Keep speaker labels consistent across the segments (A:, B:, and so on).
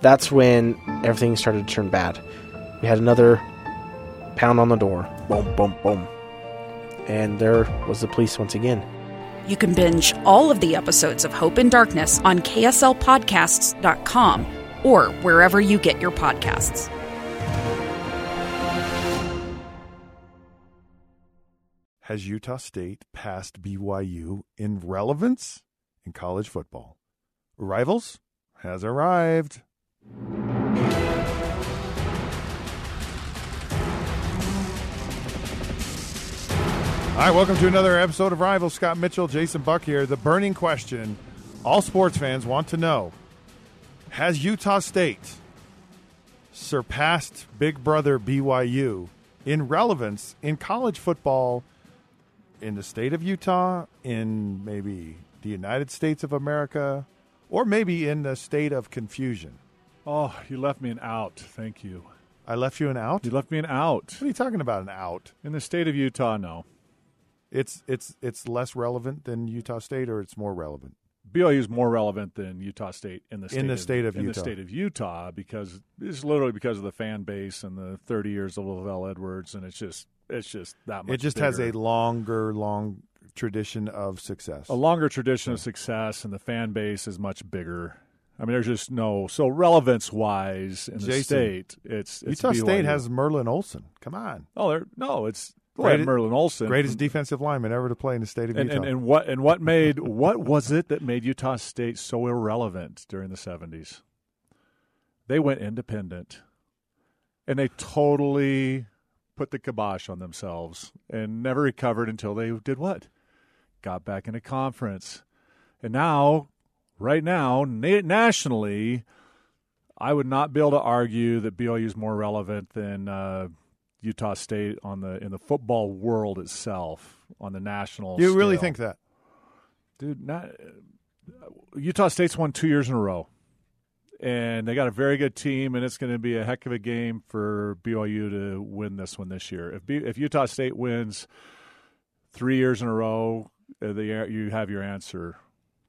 A: That's when everything started to turn bad. We had another pound on the door. Boom, boom, boom. And there was the police once again.
B: You can binge all of the episodes of Hope and Darkness on KSLPodcasts.com or wherever you get your podcasts.
C: Has Utah State passed BYU in relevance in college football? Rivals has arrived. All right, welcome to another episode of Rivals. Scott Mitchell, Jason Buck here. The burning question all sports fans want to know Has Utah State surpassed Big Brother BYU in relevance in college football in the state of Utah, in maybe the United States of America, or maybe in the state of confusion?
D: Oh, you left me an out. Thank you.
C: I left you an out?
D: You
C: What
D: left me an out.
C: are you talking about, an out?
D: In the state of Utah, no.
C: It's, it's, it's less relevant than Utah State, or it's more relevant?
D: BYU is more relevant than Utah State in the state
C: the
D: of,
C: state of
D: in
C: Utah.
D: the state of Utah because it's literally because of the fan base and the 30 years of Lavelle Edwards and it's just it's just that much.
C: it just has a
D: bigger.
C: longer long tradition of success
D: a longer tradition of success and the fan base is much bigger. I mean, there's just no so relevance wise in the
C: Jason,
D: state. It's, it's
C: utah
D: BYU.
C: state has merlin olson come on
D: oh there no it's they had
C: Greatest-
D: Merlin Olsen
C: greatest
D: from-
C: defensive lineman ever to play in the state of
D: and,
C: utah
D: and, and what and what made what was it that made Utah State so irrelevant during the seventies? They went independent, and they totally put the kibosh on themselves and never recovered until they did what? Got back in a conference, and now, right now, na- nationally, I would not be able to argue that BYU is more relevant than. Uh, Utah State on the in the football world itself on the national.
C: you really
D: scale.
C: think that
D: dude? Not Utah State's won two years in a row, and they got a very good team, and it's going to be a heck of a game for BYU to win this one this year. If B, if Utah State wins three years in a row, uh, the, you have your answer.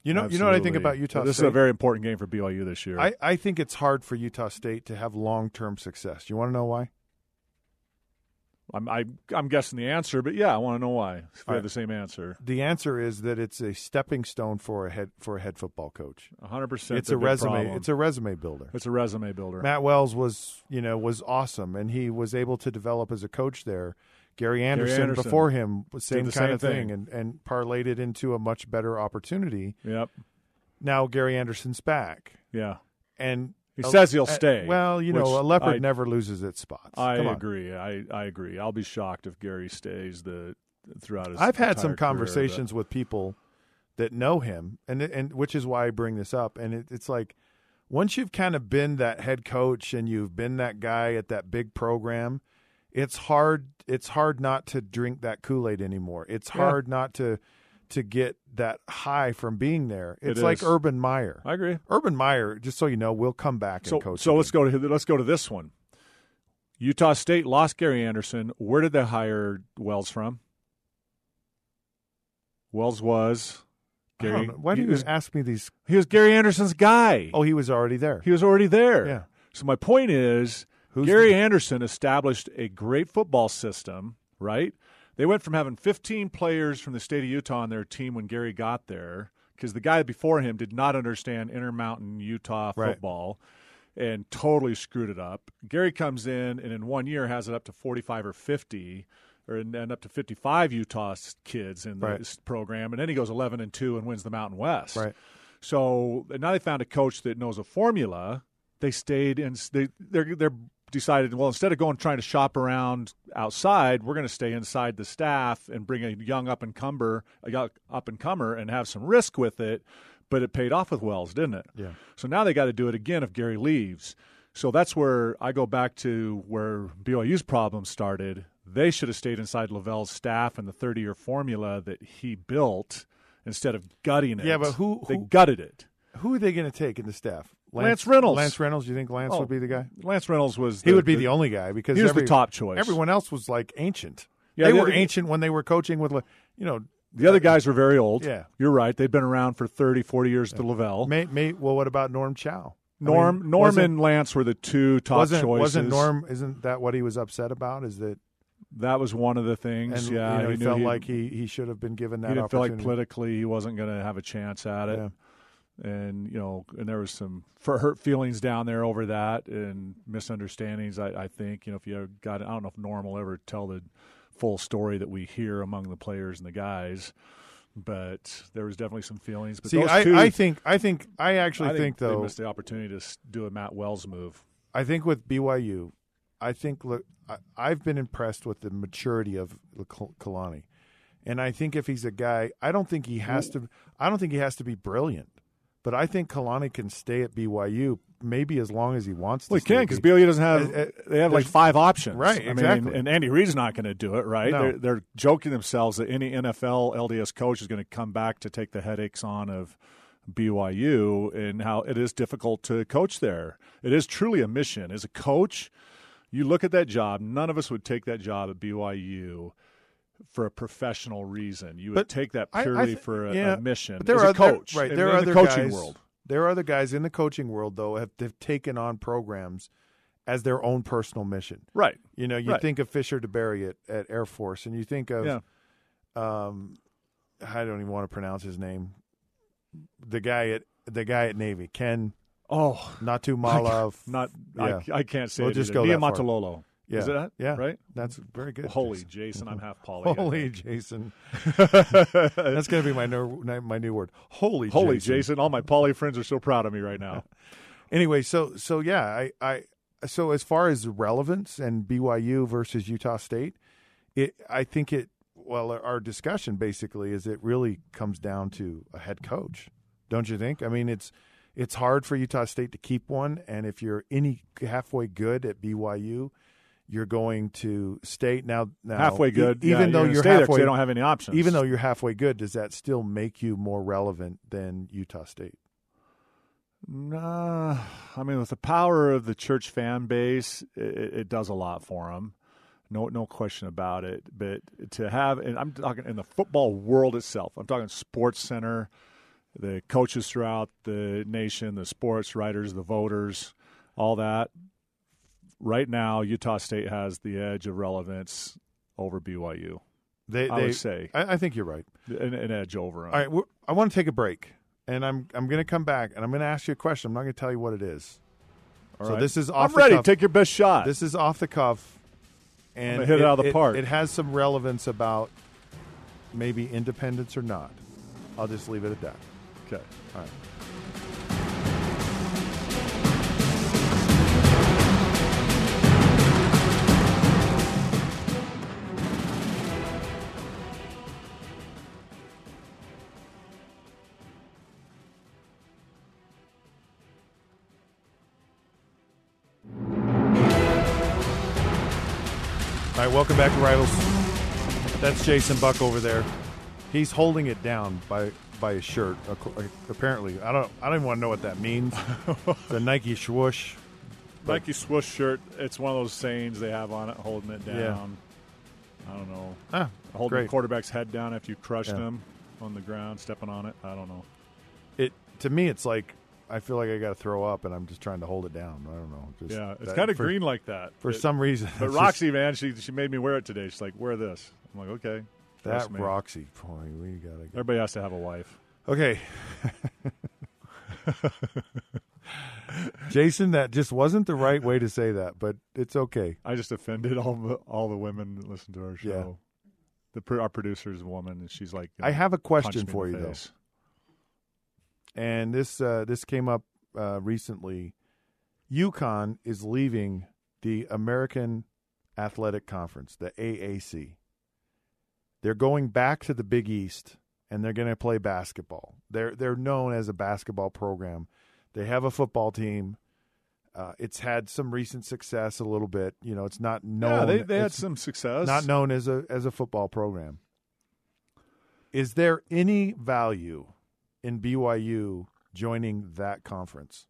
C: you know you know what i think
D: Absolutely.
C: about utah
D: This
C: state
D: is a very important game for BYU this year.
C: I, I think it's hard for utah state to have long-term success you want to know why
D: I'm I, I'm guessing the answer, but yeah, I want to know why. If we
C: All right.
D: have the same answer,
C: the answer is that it's a stepping stone for a head for a head football coach
D: 100. percent
C: it's a resume it's a resume builder
D: it's a resume builder.
C: Matt Wells was, you know, was awesome, and he was able to develop as a coach there. Gary Anderson,
D: Anderson
C: before him, was same
D: the
C: kind
D: same
C: of thing,
D: thing.
C: and, and parlayed it into a much better opportunity.
D: Yep.
C: Now Gary Anderson's back,
D: Yeah.
C: and
D: He says
C: uh,
D: he'll stay,
C: Well, you
D: which
C: know, a leopard
D: I-
C: never loses its spots.
D: I
C: Come on.
D: agree. I, I agree. I'll be shocked if Gary stays the throughout his.
C: I've had some
D: entire career, but-
C: conversations with people that know him, and and which is why I bring this up. And it, it's like once you've kind of been that head coach and you've been that guy at that big program, it's hard. It's hard not to drink that Kool Aid anymore. It's
D: Yeah.
C: hard not to to get that high from being there.
D: It
C: It's like
D: is.
C: Urban Meyer.
D: I agree.
C: Urban Meyer, just so you know, will come back
D: So
C: and coach.
D: so let's
C: again.
D: go to let's go to this one. Utah State lost Gary Anderson. Where did they hire Wells from? Wells was
C: I don't
D: Gary.
C: know. Why do
D: he
C: you
D: was,
C: ask me these?
D: he was Gary Anderson's guy.
C: Oh, he was already there.
D: He was already there.
C: Yeah.
D: So my point is,
C: Who's
D: Gary
C: the-
D: Anderson established a great football system, right? They went from having 15 players from the state of Utah on their team when Gary got there, because the guy before him did not understand Intermountain Utah
C: Right.
D: football and totally screwed it up. Gary comes in and in one year has it up to 45 or 50. Or and up to 55 Utah s- kids in
C: Right.
D: this program, and then he goes 11 and two and wins the Mountain West.
C: Right.
D: So and now they found a coach that knows a formula. They stayed and s- they they're they're decided well instead of going trying to shop around outside, we're going to stay inside the staff and bring a young up and comer a young up and comer and have some risk with it. but it paid off with Wells, didn't it?
C: Yeah.
D: So now they got to do it again if Gary leaves. So that's where I go back to where BYU's problem started. They should have stayed inside Lavelle's staff and the 30 year formula that he built instead of gutting it.
C: Yeah, but who-
D: They
C: who-
D: gutted it.
C: Who are they going to take in the staff?
D: Lance Reynolds.
C: Lance Reynolds. You think Lance
D: Oh,
C: would be the guy?
D: Lance Reynolds was.
C: He would be the, only guy because
D: he was the
C: every-
D: top choice.
C: Everyone else was like ancient.
D: Yeah,
C: they
D: the
C: were
D: other-
C: ancient when they were coaching with, Le- you know,
D: The other guys were very old.
C: Yeah.
D: You're right. They've been around for 30, 40 years at the Lavelle.
C: May, may, well, what about Norm Chow? I mean,
D: Norm, Norm
C: wasn't-
D: and Lance were the two top
C: wasn't,
D: choices.
C: Wasn't Norm? Isn't that what he was upset about? Is that
D: That was one of the
C: and
D: things. yeah,
C: you know,
D: he
C: he
D: knew
C: felt
D: he-
C: like he, he should have been given
D: he
C: that
D: didn't feel
C: opportunity.
D: like politically he wasn't going to have a chance at it.
C: Yeah.
D: And you know, and there was some for hurt feelings down there over that and misunderstandings. I, I think you know if you ever got, I don't know if Norm will ever tell the full story that we hear among the players and the guys, but there was definitely some feelings. But
C: See,
D: those
C: I,
D: two,
C: I think I think I actually
D: I
C: think,
D: they
C: though
D: missed the opportunity to s- do a Matt Wells move.
C: I think with BYU, I think look, I, I've been impressed with the maturity of Kalani, and I think if he's a guy, I don't think he has to. I don't think he has to be brilliant, but I think Kalani can stay at BYU maybe as long as he wants.
D: Well,
C: to
D: he can because BYU doesn't have
C: Uh, uh,
D: they have like
C: there's-
D: five options,
C: Right,
D: I mean,
C: exactly.
D: and, and Andy Reid's not going to do it, right?
C: No.
D: They're, they're joking themselves that any NFL LDS coach is going to come back to take the headaches on of BYU and how it is difficult to coach there. It is truly a mission as a coach. You look at that job. None of us would take that job at BYU for a professional reason. You would
C: But
D: take that
C: I- I thi-
D: purely for a,
C: yeah,
D: a mission
C: But there
D: as
C: are
D: a coach,
C: right?
D: in-
C: There
D: in
C: are
D: the
C: other
D: coaching
C: guys,
D: world.
C: There are other guys in the coaching world though have, have taken on programs as their own personal mission.
D: Right.
C: You know, you
D: Right.
C: think of Fisher DeBerry at, at Air Force, and you think of
D: Yeah.
C: um, I don't even want to pronounce his name. The guy at the guy at Navy, Ken
D: Oh,
C: Natumalov.
D: Not,
C: yeah,
D: I, I can't say
C: We'll
D: it
C: just
D: either.
C: go that far.
D: Niamatololo.
C: yeah,
D: Is it that?
C: yeah,
D: Right?
C: That's very good.
D: Holy
C: Jason.
D: Jason, I'm half Polly. I
C: holy
D: think.
C: Jason. That's gonna be my new my new word. Holy,
D: Holy Jason. All my Polly friends are so proud of me right now.
C: Anyway, so so yeah, I I so as far as relevance and BYU versus Utah State, it I think it well our- our discussion basically is it really comes down to a head coach, don't you think? I mean it's it's hard for Utah State to keep one, and if you're any halfway good at BYU, you're going to state now. now
D: halfway
C: e-
D: good. yeah,
C: even though
D: gonna
C: you're
D: stay there 'cause
C: halfway,
D: they don't have any options.
C: even though you're halfway good, does that still make you more relevant than Utah State?
D: Nah, I mean, with the power of the church fan base, it, it does a lot for them. No, no question about it. But to have, and I'm talking in the football world itself. I'm talking Sports Center, the coaches throughout the nation, the sports writers, the voters, all that. Right now, Utah State has the edge of relevance over BYU.
C: They,
D: I
C: they
D: would say
C: I, I think you're right.
D: an, an edge over them.
C: All right, we're, I want to take a break, and I'm I'm going to come back, and I'm going to ask you a question. I'm not going to tell you what it is. so this is off
D: I'm
C: the
D: ready.
C: cuff.
D: Take your best shot.
C: This is off the cuff, and
D: gonna hit it out of the park.
C: It has some relevance about maybe independence or not. I'll just leave it at that.
D: okay.
C: All right. All right, welcome back to Rivals. That's Jason Buck over there. He's holding it down by by his shirt. ac- Apparently, I don't I don't even want to know what that means. the Nike swoosh.
D: Nike swoosh shirt. It's one of those sayings they have on it, holding it down. I don't know.
C: Ah,
D: Holding
C: great.
D: the quarterback's head down after you crushed
C: Yeah.
D: him on the ground, stepping on it. I don't know.
C: It to me, it's like I feel like I got to throw up, and I'm just trying to hold it down. I don't know. Just
D: Yeah, it's
C: that-
D: kind of
C: for-
D: green like that.
C: for
D: It-
C: some reason.
D: But
C: it's
D: Roxy, man, she she made me wear it today. She's like, wear this. I'm like, okay.
C: just-
D: trust
C: that
D: me.
C: Roxy boy, we gotta. Go.
D: Everybody has to have a wife.
C: Okay. Jason, that just wasn't the right way to say that, but it's okay.
D: I just offended all the all the women that listen to our show. The pro- our producer's a woman, and she's like,
C: I have a
D: punched
C: question
D: me in
C: for
D: the
C: you though.
D: face.
C: and this uh, this came up uh, recently. UConn is leaving the American Athletic Conference, the AAC. They're going back to the Big East and they're going to play basketball. They're they're known as a basketball program. They have a football team. Uh, it's had some recent success a little bit. You know, it's not known.
D: yeah, they, they had
C: it's
D: some success.
C: not known as a as a football program. Is there any value in BYU joining that conference?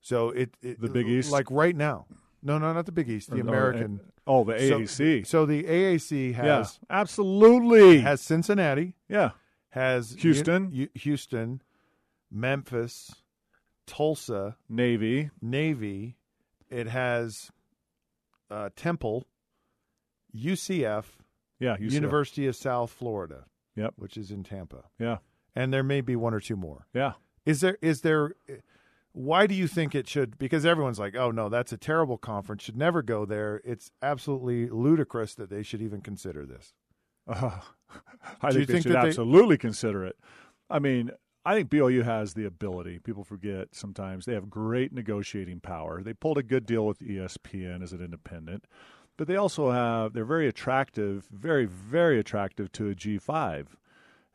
C: So it, it
D: The Big East?
C: like right now. No, no, not the Big East. The
D: Or- or-
C: American
D: Oh, the
C: So-
D: AAC.
C: So, the AAC
D: yeah,
C: has
D: absolutely.
C: has Cincinnati,
D: yeah,
C: has
D: Houston.
C: U- U- Houston, Memphis, Tulsa,
D: Navy.
C: Navy. It has uh, Temple, UCF,
D: Yeah, UCF.
C: University of South Florida,
D: Yep.
C: which is in Tampa,
D: Yeah,
C: and there may be one or two more.
D: yeah.
C: Is there? Is there? Why do you think it should? Because everyone's like, "Oh no, that's a terrible conference. Should never go there. It's absolutely ludicrous that they should even consider this."
D: Uh, I
C: Do you
D: think they
C: think
D: should
C: that they-
D: absolutely consider it. I mean, I think BOU has the ability. People forget sometimes they have great negotiating power. They pulled a good deal with E ESPN as an independent, but they also have they're very attractive, very very attractive to a G five,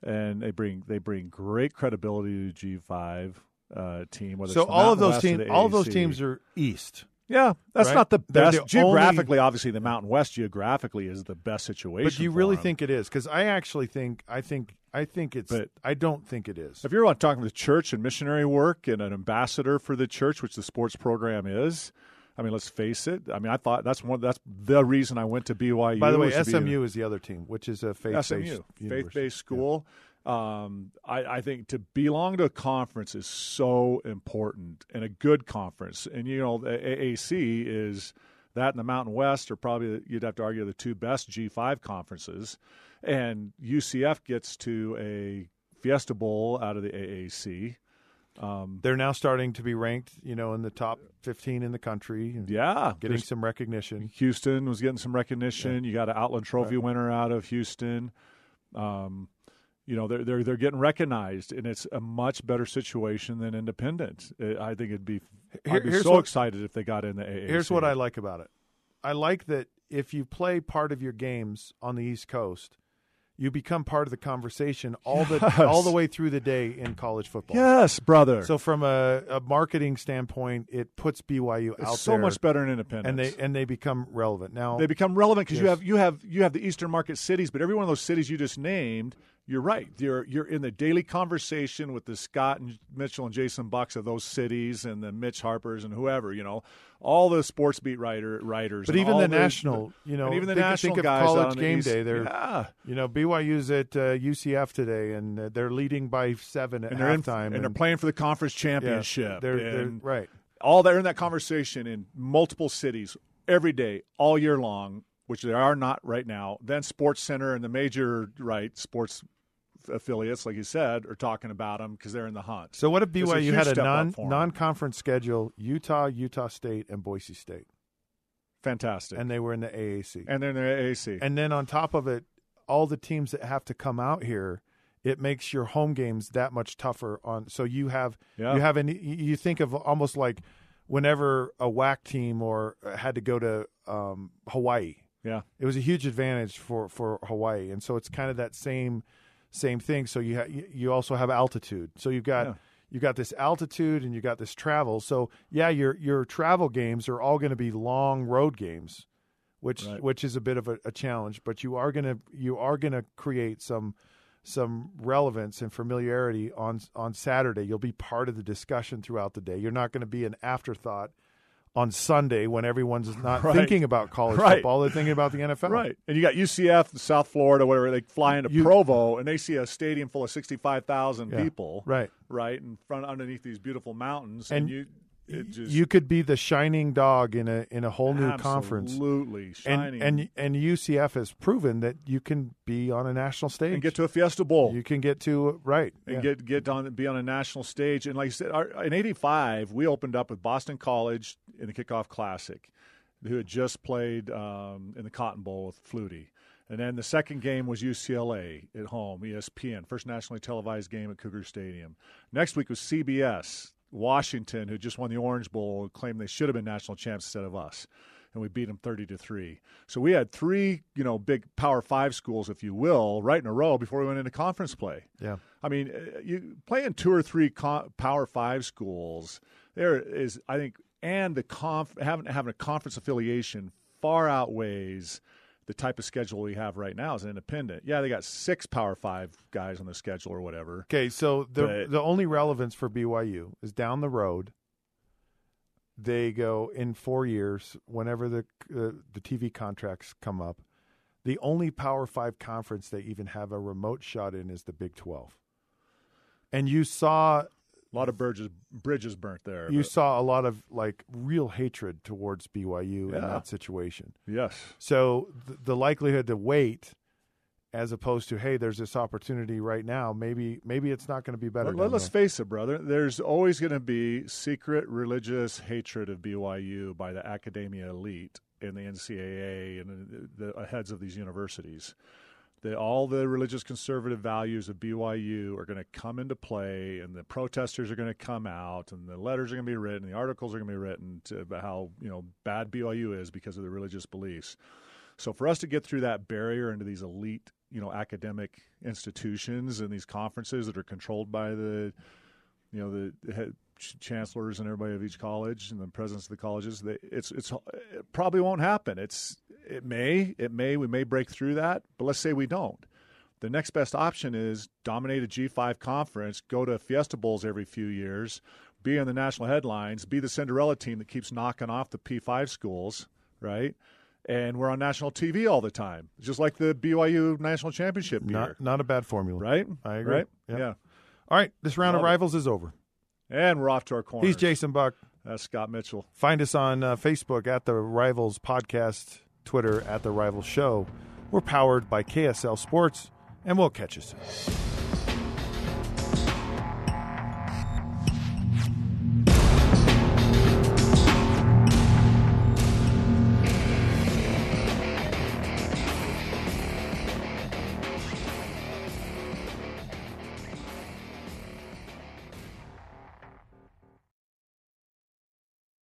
D: and they bring they bring great credibility to G five. Uh, team whether
C: So
D: it's the
C: all of
D: Mountain
C: those
D: West or
C: teams,
D: the
C: all of those
D: AAC.
C: teams are East.
D: yeah that's
C: right?
D: not the
C: They're
D: best
C: the only-
D: geographically obviously the Mountain West geographically is the best situation
C: But do you
D: for
C: really
D: them.
C: think it is? Because I actually think I think I think it's.
D: But-
C: I don't think it is.
D: If you're on talking to the church and missionary work and an ambassador for the church, which the sports program is, I mean, let's face it. I mean, I thought that's one that's the reason I went to BYU.
C: By the way,
D: was to be-
C: SMU is the other team, which is a faith-based
D: SMU,
C: university.
D: faith-based school. Um, I, I think to belong to a conference is so important, and a good conference. And you know, the AAC is that and the Mountain West are probably you'd have to argue the two best G5 conferences, and UCF gets to a Fiesta Bowl out of the AAC.
C: They're now starting to be ranked, you know, in the top 15 in the country, and
D: Yeah,
C: getting some recognition.
D: Houston was getting some recognition. You got an Outland Trophy winner out of Houston. Um, you know they're they're they're getting recognized, and it's a much better situation than independent. Uh, I think it'd be.
C: Here-
D: I'd be
C: here's
D: so
C: what-
D: excited if they got in the AAC.
C: Here's what I like about it. I like that if you play part of your games on the East Coast, you become part of the conversation all
D: Yes.
C: the all the way through the day in college football.
D: Yes, brother.
C: So from a, a marketing standpoint, it puts BYU out
D: it's so
C: there,
D: much better than independent.
C: and they and they become relevant now.
D: they become relevant because you
C: Yes.
D: have you have you have the eastern market cities, but every one of those cities you just named, you're right. You're you're in the daily conversation with the Scott and Mitchell and Jason Bucks of those cities, and the Mitch Harpers and whoever you know, all the sports beat writer writers.
C: But
D: and
C: even
D: all
C: the national, you know,
D: and even the
C: think- think
D: national
C: of
D: guys out
C: college
D: on the
C: game
D: East-
C: day, they're-
D: yeah.
C: You know, BYU's at uh, UCF today, and uh, they're leading by seven at
D: and they're in
C: halftime,
D: and, they're playing for the conference
C: yeah,
D: championship.
C: they're, they're-
D: and-
C: right.
D: all they're in that conversation in multiple cities every day, all year long, which they are not right now. Then Sports Center and the major right sports affiliates, like you said, are talking about them because they're in the hunt.
C: So, what if
D: It's a
C: BYU
D: huge
C: had a
D: step up
C: non
D: for 'em.
C: non conference schedule? Utah, Utah State, and Boise State,
D: fantastic, and,
C: and they were in the AAC.
D: they're in the AAC.
C: And then on top of it, all the teams that have to come out here, it makes your home games that much tougher. On so you have
D: Yeah.
C: you have an you think of almost like whenever a WAC team or had to go to um, Hawaii,
D: yeah,
C: it was a huge advantage for for Hawaii, and so it's kind of that same same thing. So you ha- you you also have altitude. So you've got
D: Yeah.
C: you got this altitude and you got this travel. So yeah, your your travel games are all going to be long road games, which
D: Right.
C: which is a bit of a, a challenge. But you are gonna you are gonna create some some relevance and familiarity on on Saturday. You'll be part of the discussion throughout the day. You're not going to be an afterthought on Sunday when everyone's not
D: Right.
C: thinking about college
D: Right.
C: football. They're thinking about the NFL.
D: right. And you got UCF, South Florida, whatever. They fly into
C: You-
D: Provo and they see a stadium full of sixty-five thousand
C: Yeah.
D: people,
C: Right.
D: right, in front underneath these beautiful mountains,
C: And
D: and, you, it just
C: you could be the shining dog in a in a whole new conference.
D: absolutely shining,
C: And, and and UCF has proven that you can be on a national stage.
D: and get to a Fiesta Bowl
C: you can get to right.
D: and
C: yeah.
D: get get on be on a national stage. And like I said, our, in '85 we opened up with Boston College in the Kickoff Classic, who had just played um, in the Cotton Bowl with Flutie. And then the second game was UCLA at home, E ESPN, first nationally televised game at Cougar Stadium. Next week was CBS, Washington, who just won the Orange Bowl, claimed they should have been national champs instead of us. and we beat them 30 to 3. So we had three, you know, big Power 5 schools if you will, right in a row before we went into conference play.
C: Yeah.
D: I mean, uh, you playing two or three co- Power 5 schools, there is I think and the conf having having a conference affiliation far outweighs the type of schedule we have right now as an independent. Yeah, they got six Power 5 guys on the schedule or whatever.
C: Okay, so the
D: But-
C: the only relevance for BYU is down the road. They go in four years, whenever the uh, the TV contracts come up. The only Power Five conference they even have a remote shot in is the Big Twelve. And you saw
D: A lot of bridges bridges burnt there.
C: you
D: but-
C: saw a lot of like real hatred towards BYU in
D: Yeah.
C: that situation.
D: yes.
C: So th- the likelihood to wait, as opposed to hey, there's this opportunity right now. Maybe maybe it's not going to be better.
D: Let,
C: down
D: us
C: there.
D: face it, brother. There's always going to be secret religious hatred of BYU by the academia elite and the NCAA and the, the heads of these universities. That all the religious conservative values of BYU are going to come into play, and the protesters are going to come out, and the letters are going to be written, the articles are going to be written to, about how you know bad BYU is because of their religious beliefs. So for us to get through that barrier into these elite, you know, academic institutions and these conferences that are controlled by the, you know, the head ch- chancellors and everybody of each college and the presidents of the colleges, they, it's it's it probably won't happen. It's it may it may we may break through that, but let's say we don't. The next best option is dominate a G5 conference, go to Fiesta Bowls every few years, be in the national headlines, be the Cinderella team that keeps knocking off the P5 schools, right? And we're on national TV all the time, just like the BYU national championship year,
C: Not not a bad formula.
D: right?
C: I agree.
D: Right?
C: Yep.
D: Yeah.
C: All right, this round of
D: Love it.
C: rivals is over.
D: And we're off to our corner.
C: He's Jason Buck.
D: That's Scott Mitchell.
C: Find us on uh, Facebook at the Rivals Podcast, Twitter at the Rivals Show. We're powered by KSL Sports, and we'll catch you soon.